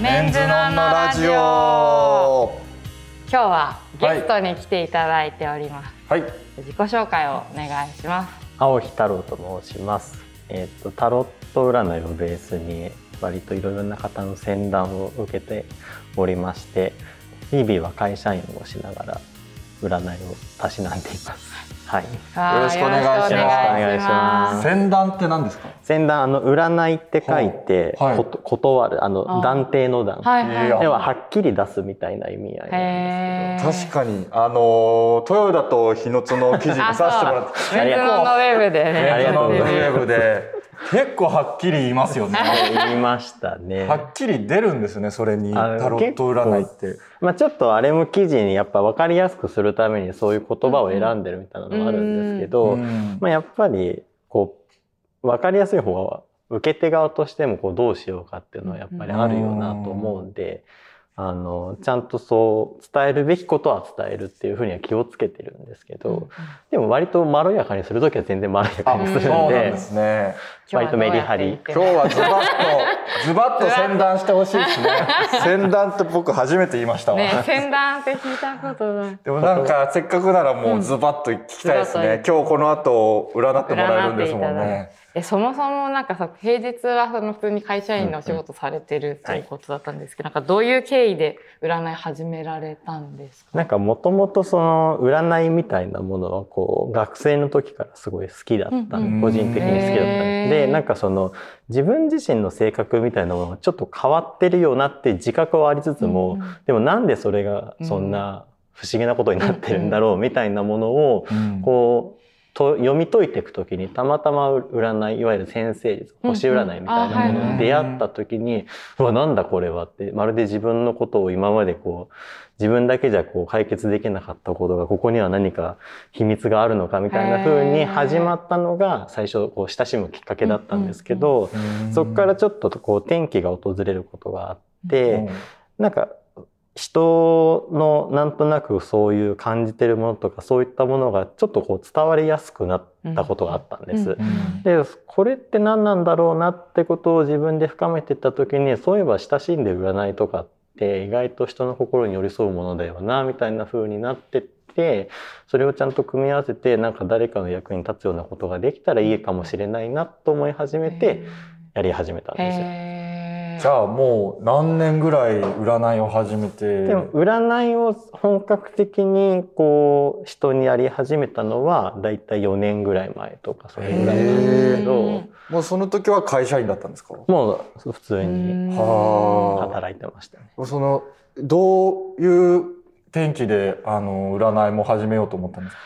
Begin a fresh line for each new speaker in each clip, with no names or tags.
メンズノンのラジオ
今日はゲストに来ていただいております、
はい
自己紹介をお願いします
青木太郎と申します。えっ、とタロット占いをベースに割といろいろな方の先談を受けておりまして、日々は会社員をしながら占いをたしなんでいます。はい。
あー
よろしくお願いします
よろくお願いし
よろしくお願いしま
ます
先談って何ですか
先談あの占いって書いて、
はい
こと断るあの
あー
断定の断、
はいはい
いや
でははっきり出すみたいな意味合いなん
へー
確かにあのー豊田と日野津の記事にさせてもらって
メンズノンのウェブでね
あり
メンズノ
がと
ン
うご
のウ
ざいます
ェブで結構はっきり言いますよね
ですけど。言いましたね。
はっきり出るんですねそれに
あ
タロット占いって
まあ、ちょっとあれも記事にやっぱ分かりやすくするためにそういう言葉を選んでるみたいなのがあるんですけど、
うん
まあ、やっぱりこう分かりやすい方が受け手側としてもこうどうしようかっていうのはやっぱりあるよなと思うんで、あのちゃんとそう伝えるべきことは伝えるっていうふうには気をつけてるんですけど、でも割とまろやかにする時は全然まろやか
あ
にす
そ
るん
う
で
なんですね
割とメリハリ
今日はズバッと ズバッと先談してほしいですね 先談って僕初めて言いましたわ、
ね、先端って聞いたこと ない。
でもなんかせっかくならもうズバッと聞きたいですね、今日この後占ってもらえるんですもん
占
ね
え、そもそもなんかさ、平日はその普通に会社員のお仕事されてるということだったんですけど、なんかどういう経緯で占い始められたんですか。
なんかもともとその占いみたいなものはこう学生の時からすごい好きだった、
うん
うん
個人的に好きだった
へー
んですでなんかその自分自身の性格みたいなものがちょっと変わってるよなって自覚はありつつも、
うんうん
でもなんでそれがそんな不思議なことになってるんだろうみたいなものを
うん
こうと読み解いていく時にたまたま占いいわゆる先生術星占いみたいなものに出会った時に「うわなんだこれは」ってまるで自分のことを今までこう自分だけじゃこう解決できなかったことがここには何か秘密があるのかみたいな風に始まったのが最初こう親しむきっかけだったんですけどそこからちょっとこう転機が訪れることがあって。なんか人のなんとなくそういう感じてるものとかそういったものがちょっとこう伝わりやすくなったことがあったんです。
うん
でこれって何なんだろうなってことを自分で深めていった時にそういえば親しんで占いとかって意外と人の心に寄り添うものだよなみたいな風になってってそれをちゃんと組み合わせてなんか誰かの役に立つようなことができたらいいかもしれないなと思い始めてやり始めたん
へ
ですよ。
ー。
じゃあもう何年ぐらい占いを始めて
でも占いを本格的にこう人にやり始めたのはだいたい4年ぐらい前とかそれぐらいなんですけ
へ
ど
ー
もうその時は会社員だったんですか
もう普通に
に
は
働いてましたね。
あそのどういう天気であの占いも始めようと思ったんですか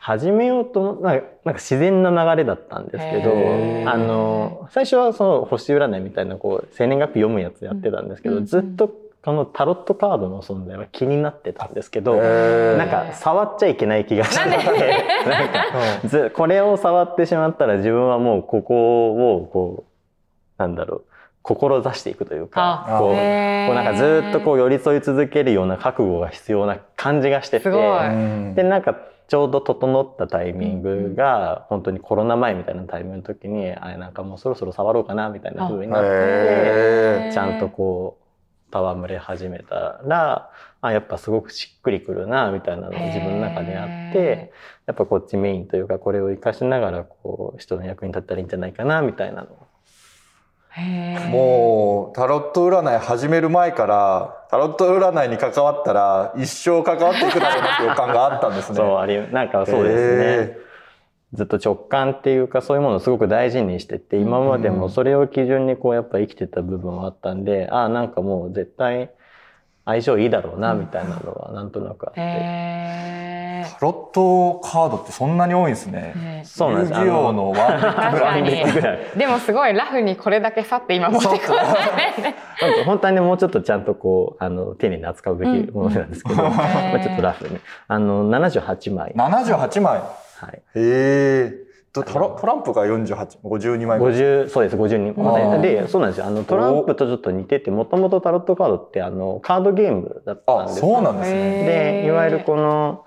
始めようと思なんかなんか自然な流れだったんですけど
へー
あの最初はその星占いみたいなこう生年月日読むやつやってたんですけど、
うん
ずっとこのタロットカードの存在は気になってたんですけど、
へー
なんか触っちゃいけない気がして
なんで
なんかずこれを触ってしまったら自分はもうここをこうなんだろう志していくというか
あ
こう
へー
こうなんかずっとこう寄り添い続けるような覚悟が必要な感じがしてて
すごい
うん
でなんかちょうど整ったタイミングが本当にコロナ前みたいなタイミングの時にあれなんかもうそろそろ触ろうかなみたいな風になって
へ
ー
ちゃんとこう戯れ始めたらあやっぱすごくしっくりくるなみたいなのが自分の中であって。
へ
やっぱこっちメインというかこれを活かしながらこう人の役に立ったらいいんじゃないかなみたいなの
ーへー
もうタロット占い始める前からタロット占いに関わったら一生関わっていくだろうなって予感があったんですね。
そうありなんかそうですね
ね。
ずっと直感っていうかそういうものをすごく大事にしてて今までもそれを基準にこうやっぱ生きてた部分はあったんでああなんかもう絶対相性いいだろうなみたいなのはなんとなくあって
へ
タロットカードってそんなに多いんですね
ー。ね
そうなんです
遊戯王のワンデッキ
確かに
ぐらい
ぐらい
でもすごいラフにこれだけさって今持ってこ ないね。
なんか本当はねもうちょっとちゃんとこうあの丁寧に扱うべきものなんですけど、まあちょっとラフにあの78枚
78枚。
はい
へえ。とタロトランプが48、52枚ぐらい。
50そうです52
あー
でそうなんですよあのトランプとちょっと似ててもともとタロットカードってあのカードゲームだったん
あ、
です
そうなんですね。
へー
でいわゆるこの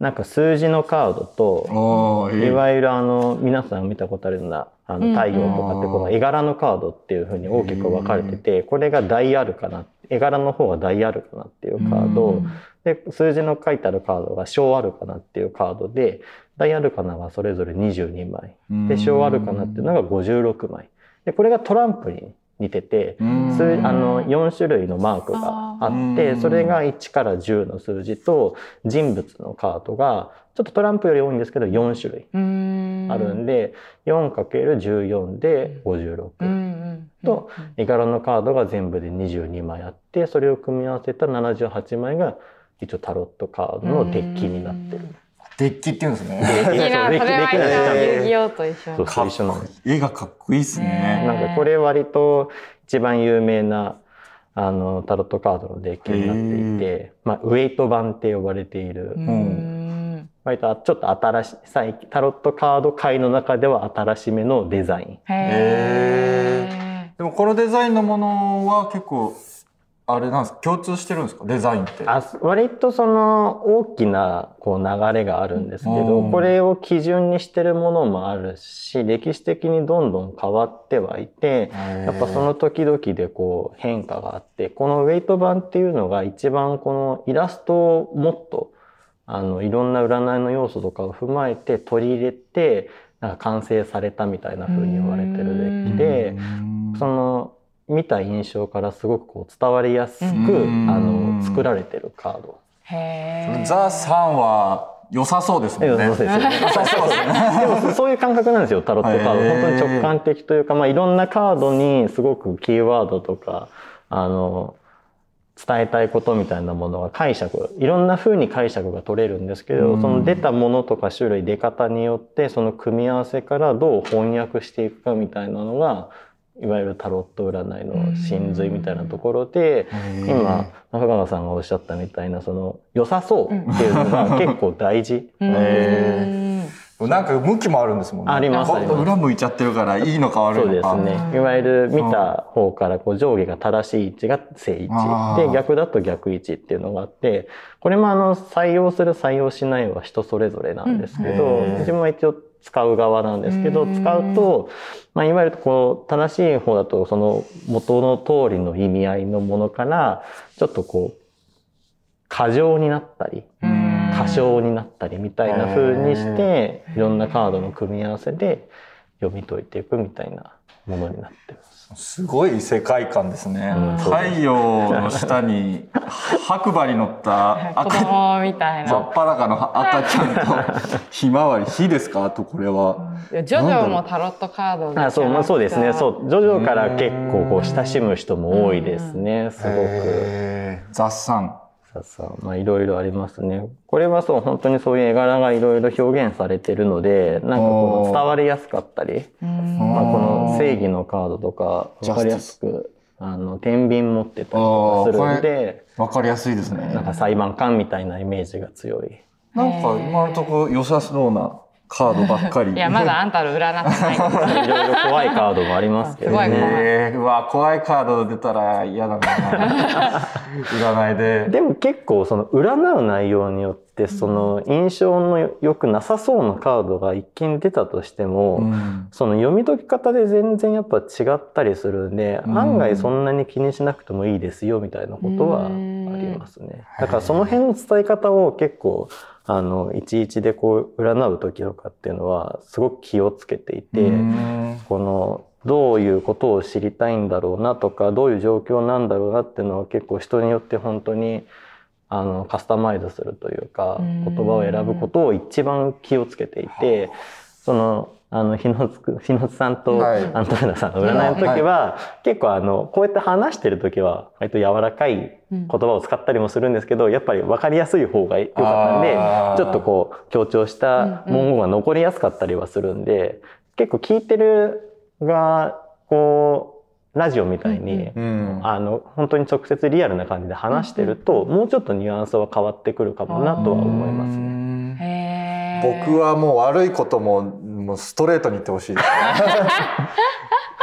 なんか数字のカードと、
ああ、え
い
え
わゆるあの、皆さん見たことあるような、あ
うん
の、太陽とかって、
あー
この絵柄のカードっていうふうに大きく分かれてて、これが大あるかな、絵柄の方が大あるかなっていうカード、
うん
で、数字の書いてあるカードが小あるかなっていうカードで、大アルカナはそれぞれ22枚。で、小アルカナっていうのが56枚。で、これがトランプに似てて、
うん
数
うん
あの4種類のマークがあっ
あ
て
ー
それが1から10の数字と人物のカードがちょっとトランプより多いんですけど4種類
うん
あるんで 4×14 で56と、絵柄のカードが全部で22枚あってそれを組み合わせた78枚が一応タロットカードのデッキになってる。
デッキっていうんです ね。
好きな、そ
デ
れ
ッキデッ
は
キ
一
なんですよ
え
緒遊戯王と一緒
そう
に。
そう一緒なんです
絵がかっこいいです
ね
ね。
なんかこれ割と一番有名なあのタロットカードのデッキになっていて、まあ、ウェイト版って呼ばれている、
うん
割とちょっと新しい最近タロットカード界の中では新しめのデザイン。
へ
でもこのデザインのものは結構、あれなんです共通してるんですかデザインって。
あ割とその大きなこう流れがあるんですけど、
うん
これを基準にしてるものもあるし歴史的にどんどん変わってはいて、や
や
っぱその時々でこう変化があって、このウェイト版っていうのが一番このイラストをもっとあのいろんな占いの要素とかを踏まえて取り入れてなんか完成されたみたいな風に言われてるデッキで、その見た印象からすごくこう伝わりやすくあ
うん
の作られてるカード。
え。へえ。
ザ・サンは良さそうですもんね。
良さそうですよね
良さそうですね。
でもそ そういう感覚なんですよ、タロットカード。
へー
本当に直感的というか、まあいろんなカードにすごくキーワードとか、あの、伝えたいことみたいなものが解釈、いろんな風に解釈が取れるんですけど、
うん
その出たものとか種類、出方によって、その組み合わせからどう翻訳していくかみたいなのが、いわゆるタロット占いの真髄みたいなところで、 今、中川さんがおっしゃったみたいな、その、良さそうっていうのが結構大事。
うん
うんなんか向きもあるんですもんね。
あります
今度裏向いちゃってるからいいのか悪
そう
い
で
のか。
す
うん
ね。いわゆる見た方からこう上下が正しい位置が正位
あー
置。で、逆だと逆位置っていうのがあって、これもあの、採用する採用しないは人それぞれなんですけ
う
ど
んへー、
自分は一応使う側なんですけど、
うん
使うと、まあ、いわゆるこう、正しい方だとその元の通りの意味合いのものから、ちょっとこう、過剰になったり、
うん
過小になったりみたいな風にして、
へー
いろんなカードの組み合わせで読み解いていくみたいなものになってます。
すごい世界観ですね。
うん
太陽の下に白馬に乗 った
子
赤ちゃん
供みたい
真
な。
っ裸の赤ち ゃんとひまわり火ですかあとこれは。
いやジョジョもタロットカードで
あそうまあ、そうですねそう
う。
ジョジョから結構こう親しむ人も多いですねすごく。
へー雑産。
さあさあまあいろいろありますね。これはそう本当にそういう絵柄がいろいろ表現されてるのでなんか
お
この
ー
伝わりやすかったり、
うん
まあ、この正義のカードとか
ジャスティス
分かりやすくあの天秤持ってたりとかするので
わかりやすいですね。
なんか裁判官みたいなイメージが強い。
なんか今のところ良さそうなカードばっかり。
いやまだあんたの占ってないから。
いろいろ怖いカードもありますけど
すごい怖い
ね。
えーうわ怖いカード出たら嫌だな 占いで
でも結構その占う内容によってその印象の良くなさそうなカードが一見出たとしても、
うん
その読み解き方で全然やっぱ違ったりするんで、
うん
案外そんなに気にしなくてもいいですよみたいなことはありますね。だからその辺の伝え方を結構あのいちいちでこう占う時とかっていうのはすごく気をつけていて。
うん
このどういうことを知りたいんだろうなとかどういう状況なんだろうなっていうのは結構人によって本当にあのカスタマイズするというか
うん
言葉を選ぶことを一番気をつけていてそのあの日野津く日野津さんと
はい
アントレナさんの占いの時は結構あのこうやって話してる時は割と柔らかい言葉を使ったりもするんですけどやっぱり分かりやすい方が良かったんで
あー
ちょっとこう強調した文言が残りやすかったりはするんで結構聞いてるがこうラジオみたいに
うん。
あの本当に直接リアルな感じで話してるともうちょっとニュアンスは変わってくるかもなとは思いますね。
ね
へー
僕はもう悪いことももうストレートに言ってほしい ですね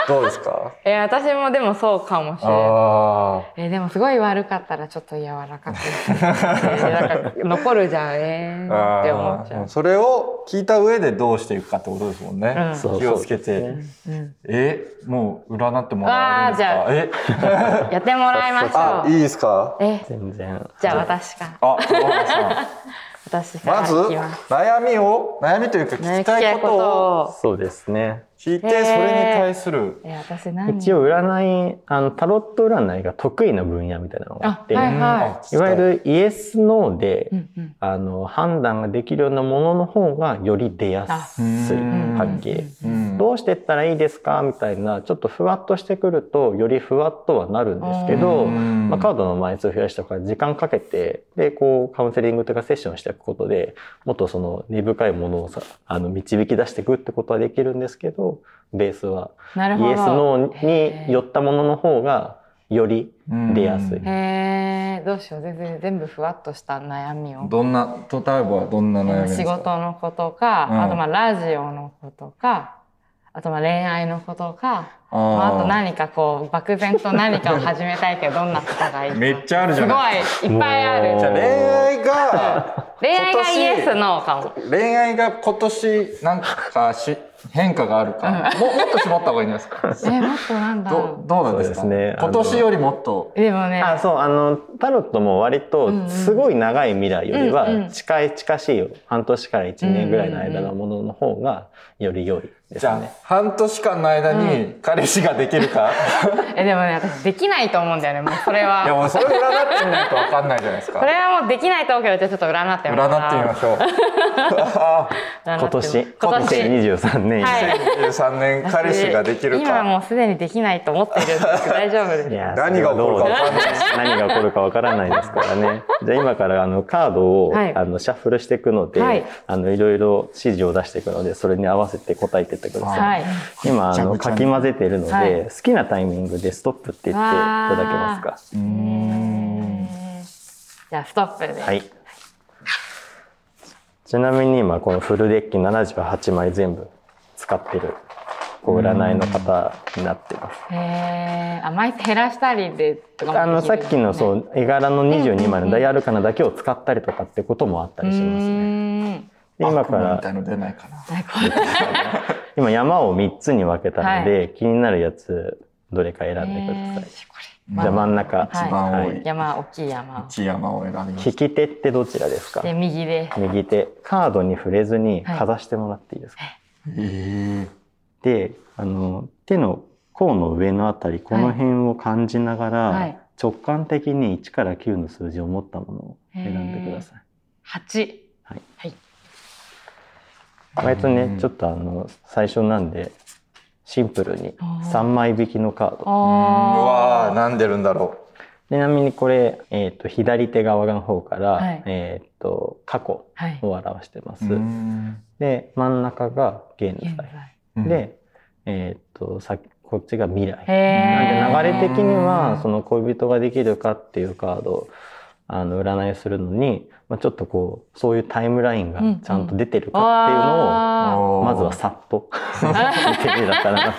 どうですか
え私もでもそうかもしれない。
あ
えでもすごい悪かったらちょっと柔らかく、えなんか残るじゃんえー、って思っちゃ
それを聞いた上でどうしていくかってことですもんね、
うん
そう
気をつけ
そう
て
ですね
う。うん、
え、もう占ってもらえるんです
あ
かえ
やってもらいまし
あ
ょ。
いういですか
え
全然。
じゃあ私から
あ、小原 さん。
私から
ま
い
ず
きます。
悩みを悩みというか聞きたいことを
を。
そうですね。
聞いてそ
聞きた
れ
い
に
こと
対する
え私何
一応占い、あの、タロット占いが得意な分野みたいなのがあ
あ
っ、て、
はい
い
は
わゆるイエス・ノー
い。
で、
うんうん。
あの、判断ができるようなものの方がより出やすい。
うん
はっきり。
うん
どうしてったらいいですかみたいな、ちょっとふわっとしてくると、よりふわっとはなるんですけど、
うん
まあ、カードの枚数を増やしたから時間かけてでこうカウンセリングとかセッションしていくことでもっとその根深いものをさあの導き出していくってことはできるんですけどベースは
な
イ
る
エス・
ほど。
ノー
へー
に寄ったものの方がより出やすい。
うん
へえ、どうしよう。全然全部ふわっとした悩みを。
どんな、例えばどんな悩みですか
仕事のことか、
うん
あとまあラジオのことか、あとまあ恋愛のことか、
あ
まあ、あと
ー
何かこう、漠然と何かを始めたいけど、どんなことがいいか。
めっちゃあるじゃない
すごい、いっぱいあ
もうじゃ
る。
恋愛 が
恋愛がイエ
今
ス、ノーかも。
恋愛が今年なんかし変化があるか、ももっと絞った方がいいんじゃな いですか
え、もっとなんだろ
どどうなんですか
そうですね
今年よりもっと
う。でもね、
あそうあのタロットも割
うんう
と
ん
すごい長い未来より
うんう
は
ん
近い近しいよ半年から1年ぐらいの間のものの方がより良いで
じ
す
ゃあ、
ね。
半年間の間に彼氏ができるか、
え、でもね、私できないと思うんだよね、もうそれ
いや
は。
もうそれ占ってみないとわかんないじゃないです
こ
か
れはもうできないと思うけど、じゃあちょっと占ってみようか
占
な
ってみましょう
占って
今
み
年
今年。
2023年、
はい。
2023年彼氏ができる
今
か
もうすでにできないと思ってるんですけど大丈夫です
いや
何が起こるかわかんない
それはどう何が起こるかわからないですか らね。じゃあ今からあのカードを、
はい
あのシャッフルしていくので、
はい
あのいろいろ指示を出していくので、それに合わせて答えていってください。
はい
今あ
ぐちゃ
の
ぐちゃ
か
に
き混ぜてるので、
はい
好きなタイミングでストップって言っていただけますか。
うーん
じゃあストップで、
はい。ちなみに今このフルデッキ78枚全部使ってるこう占いの方になってます。
えー、あ毎回減らしたりでとか
あの
もでき
さ
るん
っ
ですね
きのそうう絵柄の22枚
うんうんう
の
ん
ダイアルカナだけを使ったりとかってこともあったりしますね。
ーん
で今
悪
か
夢みたい
ら
の出ないかな
最高です
今山を3つに分けたので、気になるやつどれか選んでください。
えー
じゃあ真ん中、
これ
一番多い
は山大きい山
一山を選びます
利き手ってどちらですか
で右で
右手カードに触れずにかざしてもらっていいですか、
え
であの手の甲の上のあたりこの辺を感じながら、
はい
直感的に1から9の数字を持ったものを選んでください。
八
はい
はい
割とね、
うん
ちょっとあの最初なんでシンプルに
あー
3枚引きのカー
お
ド
ー、うわー
ー
なんでるんだろ
ちなみにこれ、えー、と左手側の方から、
はい
えー、と過去
はい
を表してます、
ううーん
で真ん中が現
現
在
在
で、えー、とさこっちが未来
へ
なん
ー
で流れ的に
う
は
ん
その恋人ができるかっていうカードをあの占いするのに、まあ、ちょっとこうそういうタイムラインがちゃんと出てるかっていうのを、
わ
おー
まずはさっと見てみたかなっ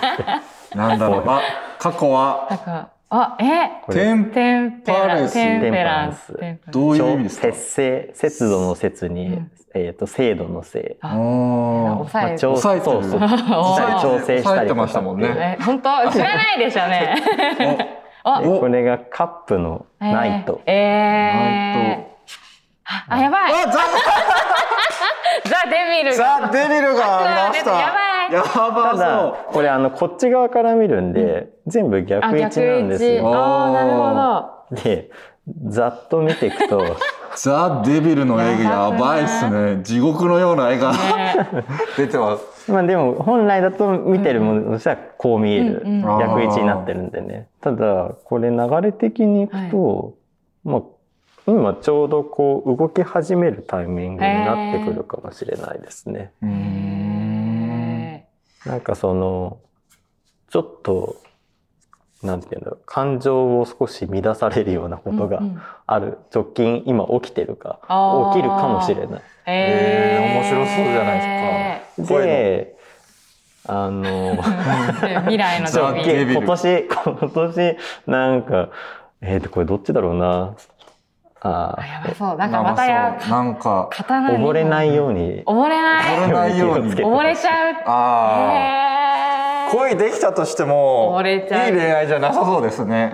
て
なんだろうあ過去は
ーなんかあえ
こ
テ
れ
ン
テンペ
パレ
ラ
ス
テンペランス
テン
どういう意味ですか
節制節度の節に、
うん
えー、と制度の制
あ
おー
抑える
調
抑えてる
そうそう
お
体
ー
調整したりとかっていう
抑えてましたもんね
え本当 知らないでしょう ねあ
でこれがカップのナイト、
えー
ナイ
えーあやばい
あザ
ザ・デビルが
ザ・デビルがありました
やばい
やば
ただ
そ
これあのこっち側から見るんで、全部逆位置なんです
あ逆位置
よ。
あーなるほ
でざっと見てい くと
ザ・デビルの絵がやばいっす
や
ね地獄のような絵が
ど、ね
出てます
まあでも本来だと見てるものとしてはこう見える
うんうん
逆位置になってるんでね。ただこれ流れ的にいくと、まあ今ちょうどこう動き始めるタイミングになってくるかもしれないですね。
うー ん
え
なんかそのちょっとなんていうんだろう感情を少し乱されるようなこ
ー
とが
うんうん
ある直近今起きてるか
あー
起きるかもしれない。
え
えー面白そうじゃないです
であの、
で未来の
そう
ド
今
ビ
ゲ
ー
イビル
年、今年、なんか、えっ、と、これどっちだろうな。あ
あ
あ、
やばそうなんかまたや
そうなんか、
刀に
溺れないように。
溺れない
溺れないように
気をつけて
溺れちゃう
あ
へー
恋できたとしても、
溺
いい
れち
恋
ゃう
愛じゃ
あ、な
な
さ
さ
そうですね。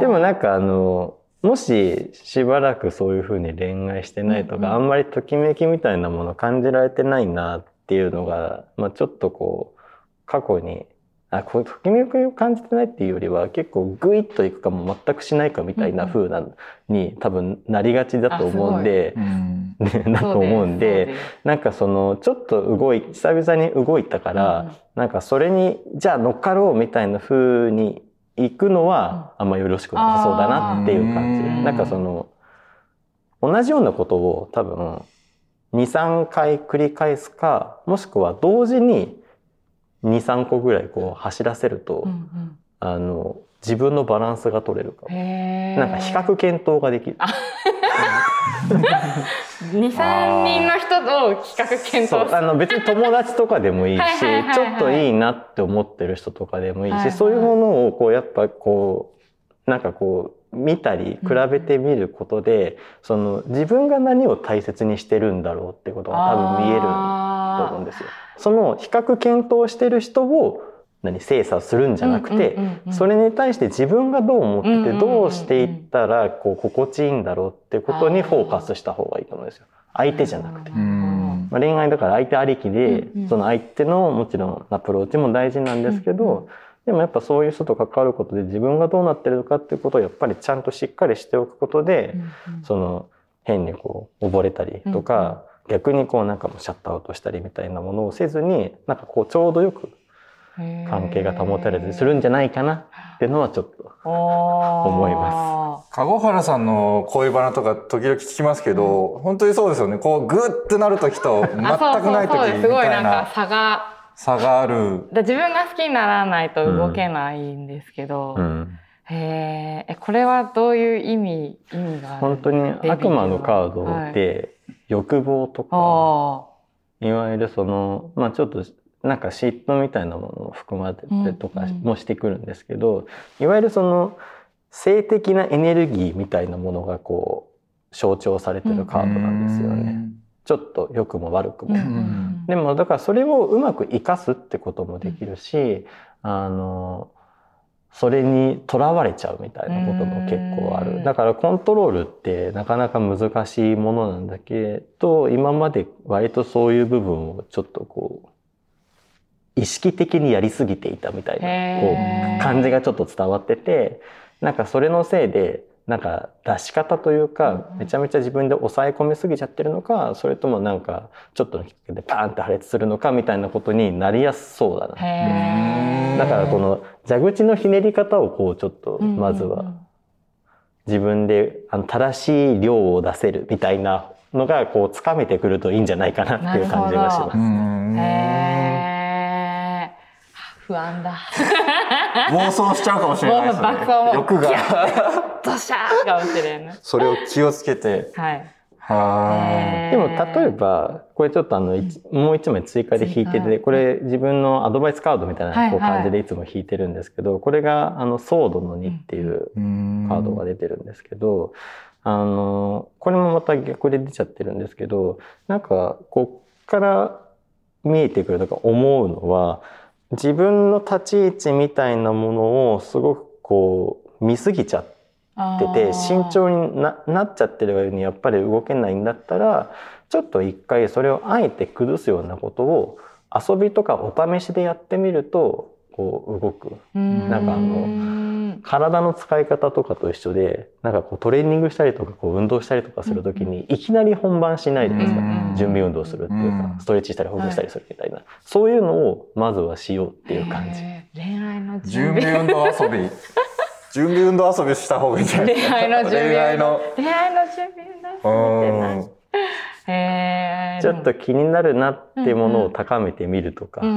でもなんかあの、もししばらくそういうふうに恋愛してないとか、
うんうん
あんまりときめきみたいなもの感じられてないなっていうのが、まあちょっとこう、過去に、あ、こうときめきを感じてないっていうよりは、結構グイッといくかも全くしないかみたいな風な、に多分なりがちだと思うんで、
うん。
ね、 だと思うんで、なんかその、ちょっと動い、久々に動いたから、なんかそれに、じゃあ乗っかろうみたいな風に行くのは、あんまよろしくなさそうだなっていう感
あ
じ。
ー
なんかその、同じようなことを多分、2、3回繰り返すか、もしくは同時に2、3個ぐらいこう走らせると、
うんうん
あの、自分のバランスが取れるかも。
へー
なんか比較検討ができる。
二三人の人と比較検討す
そ
る
うあの別に友達とかでもいいし
はいはいはいはい
ちょっといいなって思ってる人とかでもいいし、
はいはい
そういうものをこうやっぱこうなんかこう見たり比べてみることで、その自分が何を大切にしてるんだろうってことが多分見えると
と
思うんですよ。その比較検討してる人を何精査するんじゃなくて、それに対して自分がどう思
うんうん
って
うんうん
てどうしていったらこう心地いいんだろうってことにフォーカスした方がいいと思うんですよ相手じゃなくて。
うん。
まあ、恋愛だから相手ありきで、
うんうん
その相手のもちろんアプローチも大事なんですけど、
うんう
でもやっぱそういう人と関わることで自分がどうなってるかっていうことをやっぱりちゃんとしっかりしておくことで、その変にこう溺れたりとか、逆にこうなんかもうシャットアウトしたりみたいなものをせずになんかこうちょうどよく関係が保たれてするんじゃないかなっていうのはちょっと
思
い
ま
ま
籠原さんの恋バナとか時々聞きますけど、本当にそうですよね。こう、グーってなる時と、全く
あそうそう
ない時
そうです
み
すごい
た
ないんか
な
差が
差がある。
だ自分が好きにならないと動けないんですけど、
うん
へーえこれはどういう意味意味がある
本当に
デビュー
悪魔のカードって欲望とか、いわゆるその、まあちょっと、なんか嫉妬みたいなものも含まれてとか
うんうん
もしてくるんですけど、いわゆるその性的なエネルギーみたいなものがこう象徴されてるカードなんですよね。ちょっと良くも悪くも。
うん
ん
でもだからそれをうまく活かすってこともできるし、あのそれにとらわれちゃうみたいなことも結構あ
うん
るだからコントロールってなかなか難しいものなんだけど今まで割とそういう部分をちょっとこう意識的にやりすぎていたみたいなこう
へー
感じがちょっと伝わっててなんかそれのせいでなんか出し方という
う
か
んうん
めちゃめちゃ自分で抑え込みすぎちゃってるのかそれともなんかちょっとのきっかけでパーンって破裂するのかみたいなことになりやすそうだな。
へー
だからこの蛇口のひねり方をこうちょっとまず
うんうんう
は
ん
自分であの正しい量を出せるみたいなのがこうつかめてくるといいんじゃないかなっていう感じがし
なるほ
ま
ど
す。
へえ不安だ
妄想しちゃうかもしれないですね
妄想爆走。
欲 が。
ドシャーかもしれんね
それを気をつけて。
はい
は
へー
でも例えばこれちょっとあの、いちもう一枚追加で引いて
追加
てこれ自分のアドバイスカードみたい
はい
なこう
はい
感じでいつも引いてるんですけど、これがあのソードの2っていう
い。うん
カードが出てるんですけど、あのこれもまた逆で出ちゃってるんですけどなんかこっから見えてくるとか思うのは自分の立ち位置みたいなものをすごくこう見すぎちゃって。ってて慎重にななっちゃってるようにやっぱり動けないんだったらちょっと一回それをあえて崩すようなことを遊びとかお試しでやってみるとこう動く
な
なんかあの体の使い方とかと一緒でなんかこうトレーニングしたりとかこう運動したりとかする時にいきなり本番しないじゃないです
う
か、
ん
準備運動するっていうか、
うん
ストレッチしたりほぐしたりするみたいな、そういうのをまずはしようっていう感じ。
恋愛の準
準
備
備運動 遊び。
準備運動遊びした方がいいんじゃない
恋愛の準備
恋愛の。
恋愛の準備だ
うん。
へー
ちょっと気になるなってものを高めてみるとか、
うんうんう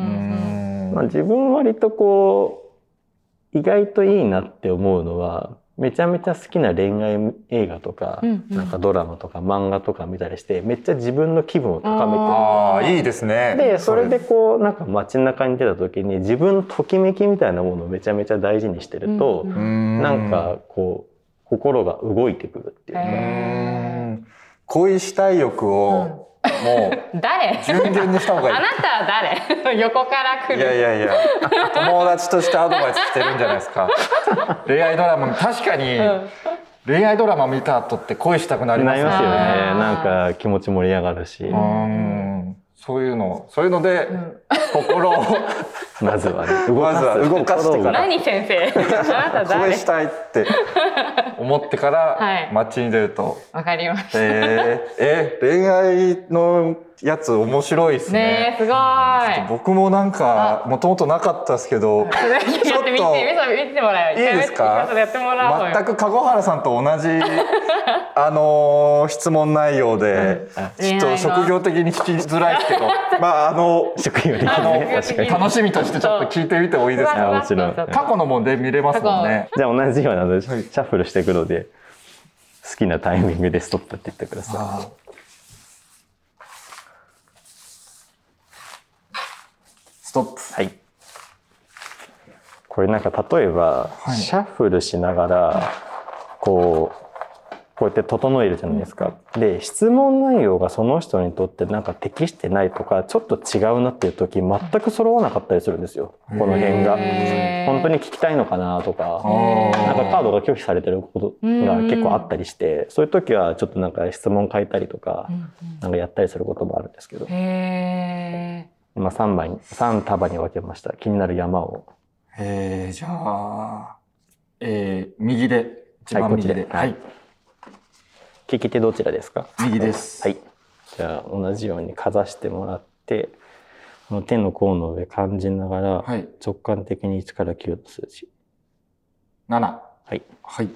んうん
まあ、自分割とこう意外といいなって思うのはめちゃめちゃ好きな恋愛映画とか、
うんうん
なんかドラマとか漫画とか見たりして、めっちゃ自分の気分を高めて
ああいいですね
でそれでこうなんか街中に出た時に自分のときめきみたいなものをめちゃめちゃ大事にしてると、
うん
うん
なんかこう心が動いてくるっていう
う
へ
か、
ーん恋したい欲をもう
誰
純減にした方
あ
がい
なたは誰 横から来
いいや
る
いやいや友達としてアドバイスしてるんじゃないです か
恋愛ドラマ確かに
うん
恋愛ドラマ見た後って恋したくなりま
なり
す
ますよね
あー
なんか気持ち盛り上がるし、
うんそういうのそういうので
ん
心 を
まずはね動
まずは動かしてから
何先 生あなた
恋
誰
したいって
思ってか
は
ら
い
街に出ると
わかりまし
えー、え恋愛のやつ面白いです
た
ね
ねえすごーい
僕もなんかもともとなかったですけど
やってみて、皆さん見てもらう。
いいですか
やってもらおうよ。
全く籠原さんと同 じあのー質問内容で、ちょっと職業的に聞きづらいですけどまああの
職業的にね
あの
確 か
職業
に
的に
楽しみとしてちょっと聞いてみてもいいです
ふわふ
か
わ
もちろん
ふわふわ
過去のもんで見れますもんね
じゃあ同じようなのでシャッフルしていくので好きなタイミングでストップって言ってくださ
あーストップ
い。はい。これなんか例えば、
い
シャッフルしながらこうこうやって整えるじゃないですか。で質問内容がその人にとってなんか適してないとかちょっと違うなっていう時全く揃わなかったりするんですよこの辺が。
へー
本当に聞きたいのかなとか。
あ
なんかカードが拒否されてることが結構あったりして、そういう時はちょっとなんか質問変えたりとか、なんかやったりすることもあるんですけど、
へ
今3枚に、3束に分けました。気になる山を。
えー、じゃあ、えー、右で、一番右で。
は
はいい、
聞き手どちらですか
右です。
はい。じゃあ同じようにかざしてもらって、この手の甲の上感じながら、
はい。
直感的に1から9の数字。
7。
はい。
はい。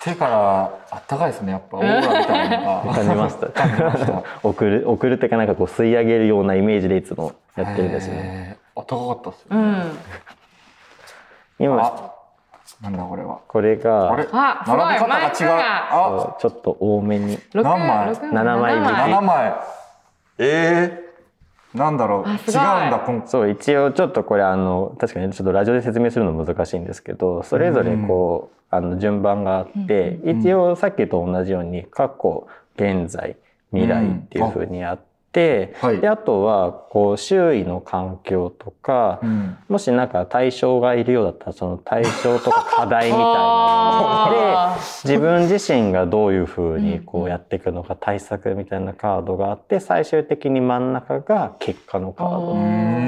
手から、あったかいですね、やっぱ。オーラみたいなのが。
感じました。 送る、送るってかなんかこう吸い上げるようなイメージでいつも やってるんですよね。
ね。あったかかったっす
ーう
よ、ね
ん。
今、
あ、なんだこれは。
これが、
あれ
あすごい
並べ方が
枚数
違う。
が
あ、
ちょっと多めに。
六
何枚
六
七枚切り
七
7枚。えー、なんだろう。違うん
あすごい
だ、こん
そう一応ちょっとこれあの確かにちょっとラジオで説明するの難しいんですけどそれぞれこう、あの順番があって、一応さっきと同じように過去現在未来っていうふうにあって、
うんあはい
であとはこう周囲の環境とか、
うん。
もしなんか対象がいるようだったらその対象とか課題みたいなもので
あ
自分自身がどういうふうにこうやっていくのか対策みたいなカードがあって最終的に真ん中が結果のカード
う
う
ー
ー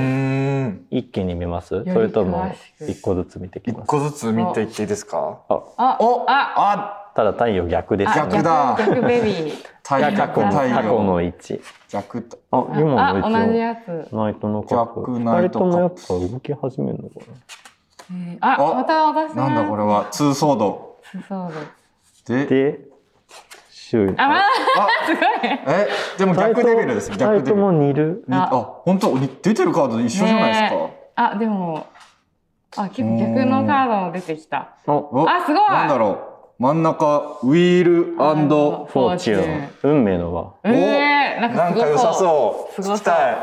ん。
一気に見ますそ
り
れとも
詳しく
一個ずつ見てき
一
ます
個ずつ見ていっていいですか
あ
お
あ
あ
ただ太陽逆です
逆だ
逆ベビー。
太陽
過去の
太
過去
陽
の1
弱と
あ今
あ
の
同じ
1
やつ。
ナイトのカップ
逆ナ
2
イ
人
トカップ
ともやっぱ動き始めるのか
えーあ
あ
また私が。
なんだこれは通ソード
そうです。
な
で
で周囲
あまあ
あ
すごい。
えでも逆レベルですよ
2
逆
人
レ
と
ベル
も似る
にあ本当に出てるカード一緒じゃないですか
ねあでもあ結構逆のカードも出てきた。
あ
お
あすごい
なんだろう真ん中ウィールアンド
フォーチューン運命の輪
ええー、なん
な
か
ん
すご
か
そう
良さそう
すごそう
聞きたい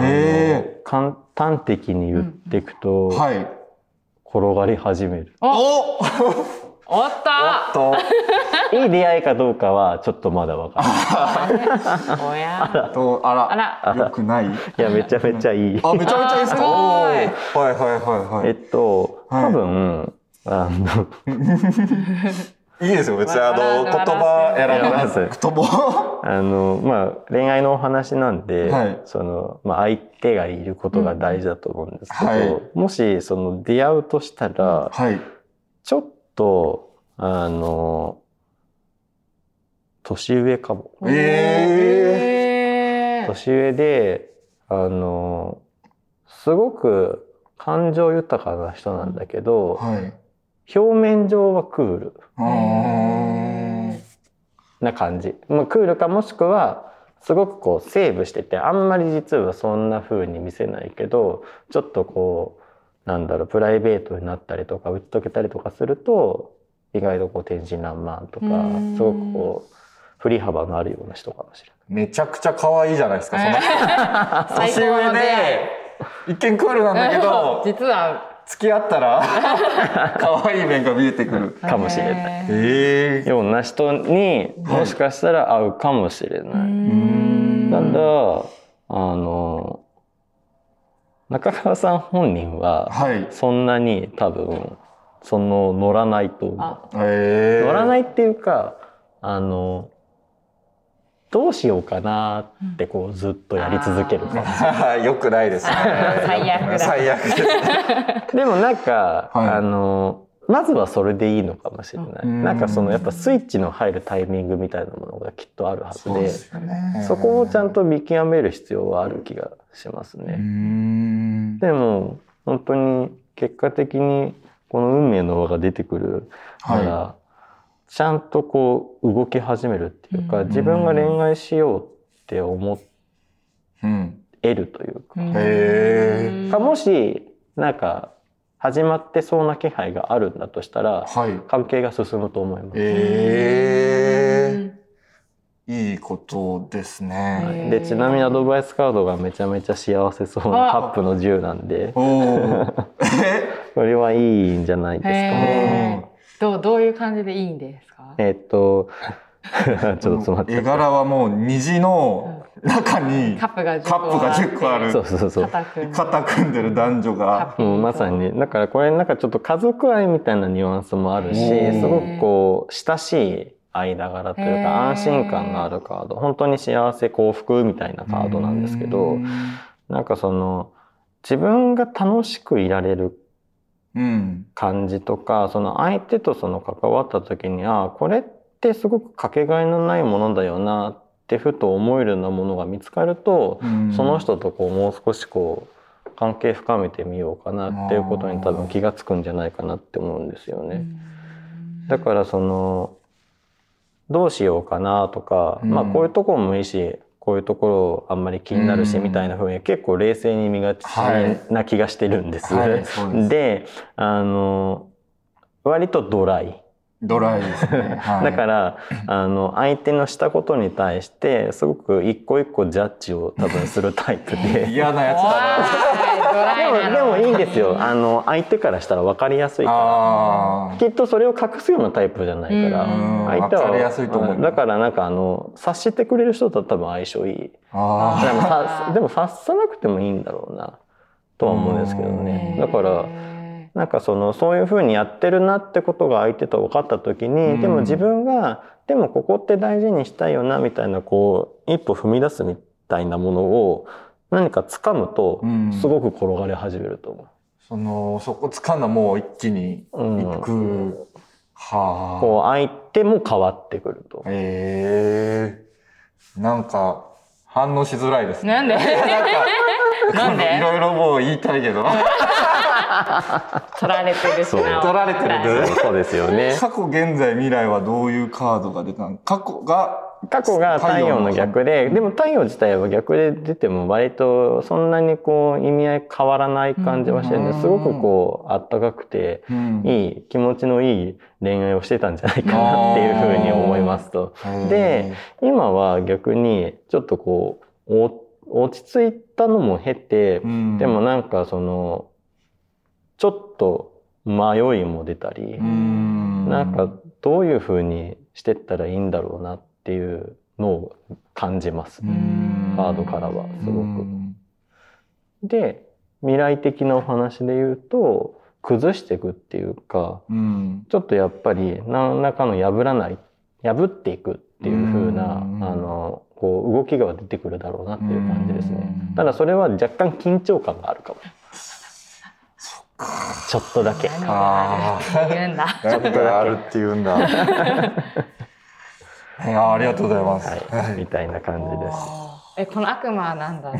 え
簡単的に言っていくと
ー、はい
転がり始める
お
おった
と
いい出会いかどうかはちょっとまだわかんない
おや
とあら
あら
よくない
いやめちゃめちゃいい
あめちゃめちゃいいですかお
あ
ー
ー
はいはいはいは
え
い
っと、
はい
多分、あの、
いいですよ別にあの言
笑
葉選ばな
笑
くとも
あの、まあ、恋愛のお話なんで、
はい
その、まあ、相手がいることが大事だと思うんですけど、
うんはい
もし、その、出会うとしたら、
はい
ちょっと、あの、年上かも。
えー
えー
年上で、あの、すごく感情豊かな人なんだけど、
はい
表面上はクール。
うーん
な感じ、まあ、クールかもしくはすごくこうセーブしててあんまり実はそんな風に見せないけどちょっとこうなんだろう、プライベートになったりとか、打ち解けたりとかすると、意外とこう天真爛漫とか
うん、
すごくこう、振り幅のあるような人かもしれない。
めちゃくちゃ可愛いじゃないですか、その人
最、
年上で、一見クールなんだけど
実は
付き合ったら、 可愛い面が見えてく る。
かもしれない
い
ええ
ような人に、もしかしたら合うかもしれない。ただ、あの、中川さん本人は、
はい。
そんなに多分、その乗らないと思う。
あ
ええ
乗ら
い。
ないっていうかあのどうしようかなってこうずっとやり続ける 感
よくないですね。
最悪だ
最悪です。
じでもなんか、
はい
あのまずはそれでいいのかもしれない、
うん
なんかそのやっぱスイッチの入るタイミングみたいなものがきっとあるはずで
よね
そこをちゃんと見極める必要はある気がしますね、
うーん
でも本当に結果的にこの運命の輪が出てくるから、
は
ちゃんとこう動き始めるっていうか、
うん
自分が恋愛しようって思
い。うん。
えるというか、
へー
かもしなんか始まってそうな気配があるんだとしたら
はい。
関係が進むと思います。
ええいいことですね。
えー
でちなみにアドバイスカードがめちゃめちゃ幸せそうなカップの10なんで
お ー
これはいいんじゃないです
え
かね。
へー
ー
どうどういう感じでいいんですか？
えーっと ちょっと詰まっちゃ
絵
った。
柄はもう虹の中に
カップが10
カップが10個ある
そうそうそう。
硬く
肩組んでる男女が。
もうまさにだからこれなんかちょっと家族愛みたいなニュアンスもあるし
うん
すごくこう親しい間柄というか
へー
安心感のあるカード本当に幸せ幸福みたいなカードなんですけ
う
ど
ん
なんかその自分が楽しくいられる
うん。
感じとかその相手とその関わった時にああこれってすごくかけがえのないものだよなってふと思えるようなものが見つかると
うん
その人とこうもう少しこう関係深めてみようかなっていうことに多分気がつくんじゃないかなって思うんですよね。だからそのどうしようかなとか、
うん
まあこういうとこもいいしこういうところあんまり気になるし
うん
みたいな風に結構冷静に見がちな気がしてるんです。
はい、そうです。
であの割とドライ。
ドライですね。はい
だから、あの、相手のしたことに対して、すごく一個一個ジャッジを多分するタイプで。
嫌なやつだな。
で
ら
も、でもいいんですよ。あの、相手からしたら分かりやすいか
あ
ら。きっとそれを隠すようなタイプじゃないから。
うん
あ。
相
わ
手は
かりやすいと思う。
だからなんかあの察してくれる人とは多分相性いいでも
あ
さでも察さなくてもいいんだろうなとは思うんですけどねだからなんかそのそういうふうにやってるなってことが相手と分かった時
う
に、
ん
でも自分がでもここって大事にしたいよなみたいなこう一歩踏み出すみたいなものを何か掴むと
うん
すごく転がり始めると思
あ。その、そこ掴んだもう一気に
う。うん
行く。はあ。
こう相手も変わってくると。
ええなんか、反応しづらいですね。
なんで なん
い
で
ろいろもう言いたいけど。
取られてるし
そう
な
取られてるね
そうですよね。
過去、現在、未来はどういうカードが出たの過去が、
過去が太陽の逆で、でも太陽自体は逆で出ても割とそんなにこう意味合い変わらない感じはしてるん
う
で
ん
すごくこうあったかくて、
うん
いい気持ちのいい恋愛をしてたんじゃないかなっていうふうに思いますとで、今は逆にちょっとこうお落ち着いたのも経て
へえうん
でも、なんかそのちょっと迷いも出たり
うん
なんか、どういうふうにしてったらいいんだろうなっていうのを感じます
う。ん
カードからはすごく
うん
で未来的なお話で言うと崩していくっていうか
うん。
ちょっとやっぱり何らかの破らない破っていくっていう風なあ
うん
のこう動きが出てくるだろうなっていう感じですね。
うん
ただそれは若干緊張感があるかも。ちょっとだけ。
何
あ
が言うんだ
なんかあるって言うんだ。
いや、ありがとうございます。
はい、みたいな感じです。
えこの悪魔はなんだ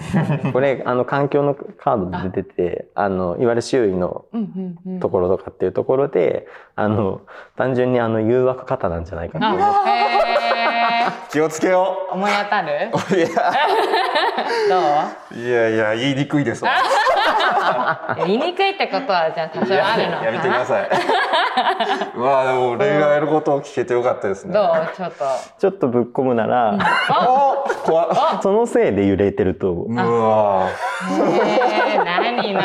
これあの環境のカードで出てて、あのいわゆる周囲の
うんうんうん
ところとかっていうところで、あの単純にあの誘惑方なんじゃないかな。
あへー
気をつけよ
思い当たる
う。いや、
どう
いやいや、言いにくいですわ。
言いにくいってことはじゃあ多
い
少
や
あるの
やめ
か
てくだ
な
さい。うわあでも恋愛のことを聞けてよかったですね。
どうちょっと
ちょっとぶっ込むなら、
お怖っ。
そのせいで揺れてると思う
うわー
えー、 何何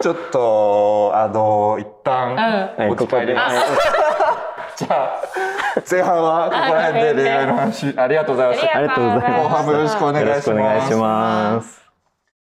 ちょっとあの一旦
はい
お
こ
疲
こ
れ
で、
です。
はい
じゃあ、
前半はここら辺で恋愛の話ありがとうございました。
ありがとうございます
後半もよろしくお
よ
願
ろ
い
しく
し
お願い
ま
し
す。
ます。